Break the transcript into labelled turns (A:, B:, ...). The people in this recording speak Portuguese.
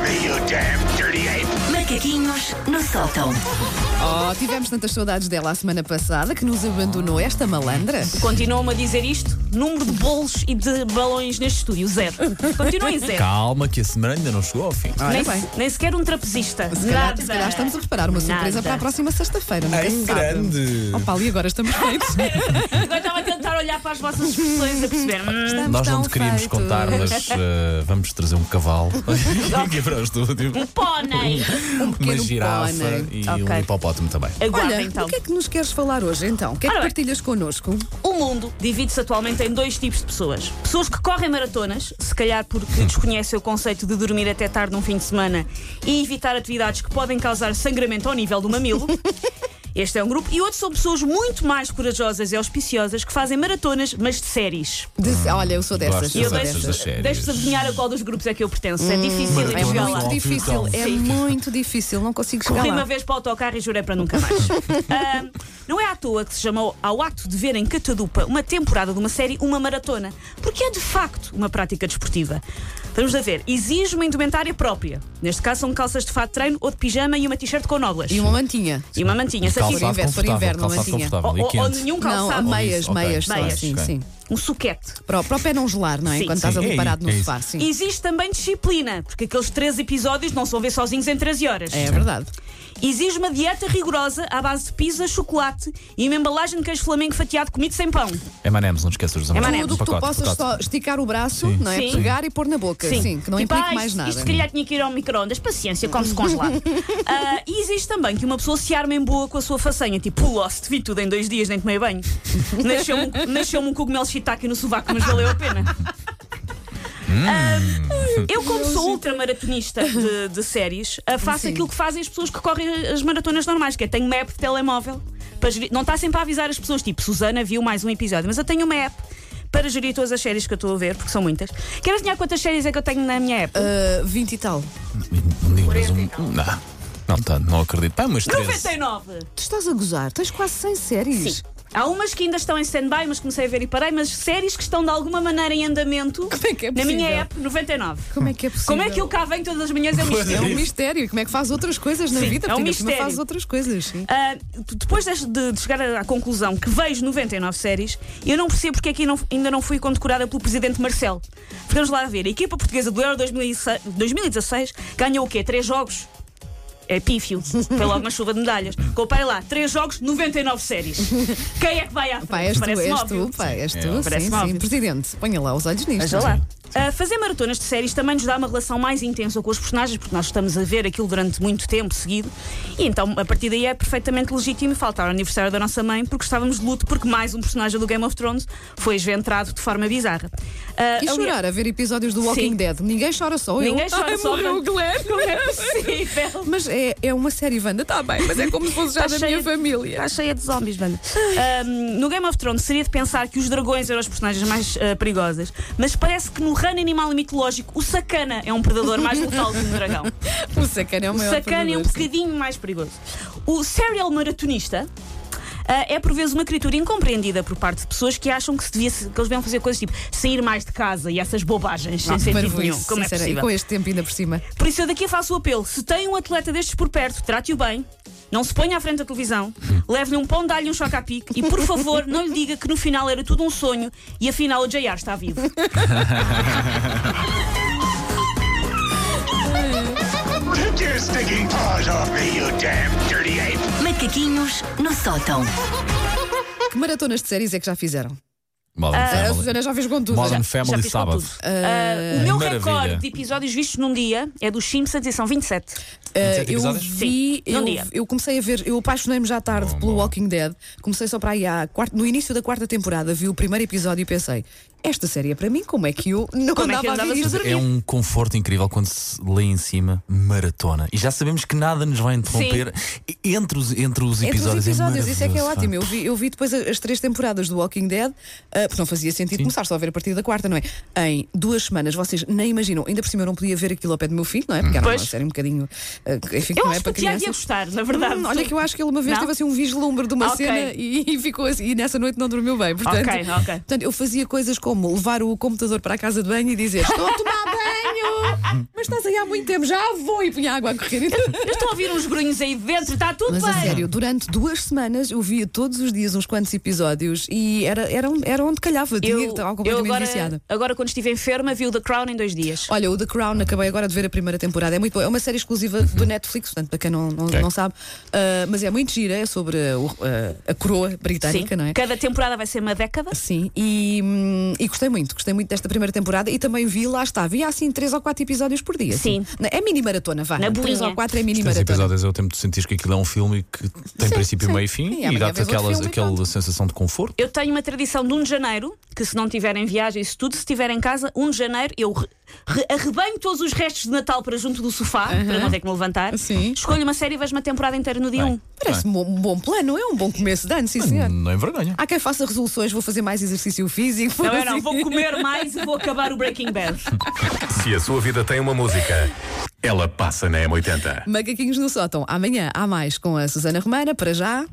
A: me, you damn dirty ape!
B: Macaquinhos no sótão.
C: Oh, tivemos tantas saudades dela a semana passada que nos abandonou esta malandra.
D: Continuam a dizer isto? Número de bolos e de balões neste estúdio, zero. Continuem zero.
E: Calma, que a semana ainda não chegou ao fim.
C: Ora
D: nem,
C: Tá bem,
D: se- nem sequer um trapezista.
C: se calhar, se calhar estamos a preparar uma surpresa
D: Nada.
C: para a próxima sexta-feira, não é?
E: Em grande.
C: Opa, e agora estamos feitos.
D: Agora estava a tentar olhar para as vossas expressões a perceber. hum,
E: Nós não
C: Estão
E: te queríamos
C: feitos.
E: contar, mas eh, vamos trazer um cavalo aqui para o estúdio.
D: Pônei!
E: Uma
C: Um pequeno
E: girafa
C: pônei.
E: e um
D: Ok.
E: hipopótamo também.
D: Aguarda
C: Olha,
D: então.
C: o que é que nos queres falar hoje então? O que é que
D: Ora bem.
C: partilhas connosco?
D: O mundo divide-se atualmente em dois tipos de pessoas. Pessoas que correm maratonas, se calhar porque desconhecem o conceito de dormir até tarde num fim de semana e evitar atividades que podem causar sangramento ao nível do mamilo. Este é um grupo. E outros são pessoas muito mais corajosas e auspiciosas que fazem maratonas, mas de séries.
C: De- olha, eu sou dessas. É
E: Hum, gosto
C: eu
D: eu
C: sou
E: dessas, das séries.
D: deixo-vos adivinhar a qual dos grupos é que eu pertenço. é difícil
C: É
D: de
E: Então, não
C: muito
E: só
D: jogar.
C: difícil, é
D: Sim.
C: muito difícil, não consigo chegar
D: Corri
C: lá.
D: uma vez para o autocarro e jurei para nunca mais. Ahm, não é à toa que se chamou ao ato de ver em Catadupa uma temporada de uma série uma maratona, porque é de facto uma prática desportiva. Vamos lá ver, exige uma indumentária própria. Neste caso são calças de fato de treino ou de pijama e uma t-shirt com nódoas.
C: E uma mantinha.
D: E uma mantinha. Se aqui-
C: Calçado inverno, por inverno, Oh,
E: confortável, calçado
C: mantinha.
E: confortável
D: ou,
E: e
D: ou- ou
E: quente.
D: nenhum
C: Não,
D: calçado.
C: há meias,
E: isso, ok.
C: meias, só,
D: Meias,
C: sim,
E: ok.
C: sim.
D: Um suquete.
C: Para, o- para o pé não gelar, não é?
D: Sim.
C: Quando estás
E: Sim,
C: ali
E: é
C: parado no
E: isso.
C: sofá, sim.
D: Existe também disciplina, porque aqueles 13 episódios não são ver sozinhos em 13 horas.
C: É verdade.
D: Exige uma dieta rigorosa à base de pizza, chocolate e uma embalagem de queijo flamengo fatiado comido sem pão.
E: M&M's, não te esqueças dos M&M's.
D: M&M's.
C: Tudo o que tu
E: Pacote,
C: possas
E: pacote.
C: só esticar o braço, não é?
D: Sim.
C: Pegar e pôr na boca, sim. que não
D: Tipo,
C: implique
D: ah,
C: mais
D: isto-
C: nada. é?
D: Isto se calhar tinha que ir ao micro-ondas, paciência, come-se congelado. Ah, e existe também que uma pessoa se arma em boa com a sua façanha, tipo, pulou-se, vi tudo em dois dias, nem tomei banho. Nasceu-me nasceu um cogumelo shiitake no sovaco, mas valeu a pena. Ah, eu, como sou ultramaratonista de, de séries, ah, faço
C: Sim.
D: aquilo que fazem as pessoas que correm as maratonas normais, que é tenho uma app de telemóvel. Para gerir- não está sempre a avisar as pessoas, tipo, Susana viu mais um episódio, mas eu tenho uma app para gerir todas as séries que eu estou a ver, porque são muitas. Quero adivinhar quantas séries é que eu tenho na minha app?
C: Ah, 20 e tal.
E: Não digas um... Não, não tanto, não acredito. Pá, mas 13.
D: 99!
C: Tu estás a gozar, tens quase 100 séries.
D: Sim. Há umas que ainda estão em stand-by, mas comecei a ver e parei, mas séries que estão de alguma maneira em andamento
C: Como é que é
D: na minha
C: possível?
D: app, 99.
C: Como é que é possível?
D: Como é que eu cá venho todas as manhãs? É um
E: Pois
C: É
D: mistério.
C: um mistério. Como é que faz outras coisas na
D: Sim,
C: vida?
D: é um
C: Porque ainda por cima
D: mistério.
C: faz outras coisas, sim.
D: Ah, d- depois deste- de, de chegar à conclusão que vejo 99 séries, eu não percebo porque é que eu não- ainda não fui condecorada pelo presidente Marcelo. Porque vamos lá ver, a equipa portuguesa do Euro 2016, 2016 ganhou o quê? Três jogos? É pífio, foi logo uma chuva de medalhas. Comparem lá, três jogos, 99 séries. Quem é que vai à frente?
C: Pá, és tu,
D: Parece-me
C: és
D: óbvio.
C: tu, pá, és
E: É,
C: tu.
D: parece-me
C: Sim, sim.
D: óbvio.
C: Presidente, ponha lá os olhos nisto.
D: Veja lá. Ah, fazer maratonas de séries também nos dá uma relação mais intensa com os personagens, porque nós estamos a ver aquilo durante muito tempo seguido, e então a partir daí é perfeitamente legítimo faltar ao aniversário da nossa mãe, porque estávamos de luto, porque mais um personagem do Game of Thrones foi esventrado de forma bizarra. Ah,
C: E
D: aliás,
C: chorar a ver episódios do Walking
D: Sim.
C: Dead. Ninguém chora só eu.
D: Ninguém chora
C: Ai,
D: só
C: morreu
D: eu.
C: o Glenn.
D: Não é possível.
C: Mas é, é uma série, Wanda, está bem, mas é como se fosse já
D: Tá
C: da
D: cheia
C: minha
D: de-
C: família.
D: Está cheia de zombies, mano. Ahm, no Game of Thrones seria de pensar que os dragões eram as personagens mais ah, perigosas, mas parece que no ramo animal e mitológico o sacana é um predador mais letal do que o dragão. Tá
C: O sacana é o
D: O
C: maior.
D: sacana é um
C: predador, sim.
D: bocadinho mais perigoso. O serial maratonista. ah, é por vezes uma criatura incompreendida por parte de pessoas que acham que, se devia, que eles deviam fazer coisas tipo sair mais de casa e essas bobagens sem
E: Ah,
D: sentido
C: Parvoíce,
D: nenhum. Como é
C: sincera,
D: possível?
C: E com este tempo ainda por cima.
D: Por isso eu daqui faço o apelo: se tem um atleta destes por perto, trate-o bem. Não se ponha à frente da televisão, leve-lhe um pão de alho e um choque à pique e, por favor, não lhe diga que no final era tudo um sonho e afinal o JR está vivo.
A: Take your stinking paws off me, you damn dirty ape!
B: Macaquinhos no sótão.
C: Que maratonas de séries é que já fizeram?
E: Modern
C: A
E: Family.
C: Susana já fez com tudo. Ah, Já-
E: Modern
D: Já
E: Family
D: fiz com
E: sábado.
D: tudo. Ah, o meu
E: maravilha.
D: recorde de episódios vistos num dia é dos Simpsons e são 27.
C: Uh, eu
E: episódios?
C: vi,
D: Sim, num
C: eu,
D: dia.
C: eu comecei a ver, eu apaixonei-me já tarde pelo Walking Dead. Comecei só para aí à quarta- no início da quarta temporada, vi o primeiro episódio e pensei: esta série é para mim, como é que eu não
D: Como é
C: andava
D: que
C: a ver
D: andavas a
C: isto?
D: dormir?
E: É um conforto incrível quando se lê em cima maratona. E já sabemos que nada nos vai interromper E- entre os, entre os
C: Entre os
E: episódios.
C: episódios, isso é que é
E: maravilhoso, pá.
C: ótimo. Eu vi, eu vi depois a- as três temporadas do Walking Dead, ah, porque não fazia sentido começar só a ver a partir da quarta, não é? Em duas semanas, vocês nem imaginam. Ainda por cima eu não podia ver aquilo ao pé do meu filho, não é? Porque era uma
D: Pois.
C: série um bocadinho. ah, que, enfim, que
D: Eu
C: não é
D: acho que
C: para
D: o Tiago ia
C: crianças.
D: gostar, na verdade.
C: Hum, olha que eu acho que ele uma vez
D: Não?
C: teve assim um vislumbre de uma
D: Ah, ok.
C: cena e, e ficou assim, e nessa noite não dormiu bem. Portanto,
D: Ok, ok.
C: portanto, eu fazia coisas como levar o computador para a casa de banho e dizer estou a tomar banho. Tenho! Mas estás aí há muito tempo, já vou e punha água a correr. Então,
D: Eu estou a ouvir uns grunhos aí dentro, está tudo
C: Mas
D: bem.
C: a sério, durante duas semanas eu via todos os dias uns quantos episódios e era, era, um, era onde calhava de ir, estava
D: eu
C: completamente
D: agora,
C: viciada.
D: agora, quando estive enferma, vi o The Crown em dois dias.
C: Olha, o The Crown, acabei agora de ver a primeira temporada. É muito boa. É uma série exclusiva do
D: Uhum.
C: Netflix, portanto, para quem não, não,
E: Ok.
C: não sabe. Ah, mas é muito gira, é sobre a, o- ah, a- a coroa britânica,
D: Sim.
C: não é?
D: Cada temporada vai ser uma década.
C: Sim, e, hum, e gostei muito, gostei muito desta primeira temporada e também vi, lá está, vi assim três ou quatro episódios por dia.
D: Sim.
C: assim. Na- É mini maratona, vá.
D: Na
C: Três
D: bolinha.
C: ou quatro é mini
E: Três
C: maratona.
E: episódios é o tempo de sentir que aquilo é um filme que tem
C: Sim,
E: princípio,
C: sim.
E: meio e fim
C: E
E: e
C: amanhã
E: dá-te
C: vês outro
E: aquelas-
C: filme e
E: aquela
C: pronto.
E: sensação de conforto.
D: Eu tenho uma tradição de 1 de janeiro, que se não tiver em viagem, isso tudo, se estiver em casa, 1 de janeiro, eu re- re- arrebanho todos os restos de Natal para junto do sofá, para não ter que me levantar.
C: Sim.
D: Escolho uma série e vejo uma temporada inteira no dia
E: Bem,
D: 1.
C: Parece-me um bom- um bom plano, é um bom começo de ano, sim senhor.
E: Não é envergonha.
C: Há quem faça resoluções, vou fazer mais exercício físico. Assim.
D: Não, eu
C: fazer-
D: não, vou comer mais e vou acabar o Breaking Bad.
F: Se a sua vida tem uma música, ela passa na M80.
C: Macaquinhos no sótão. Amanhã há mais com a Susana Romana, para já.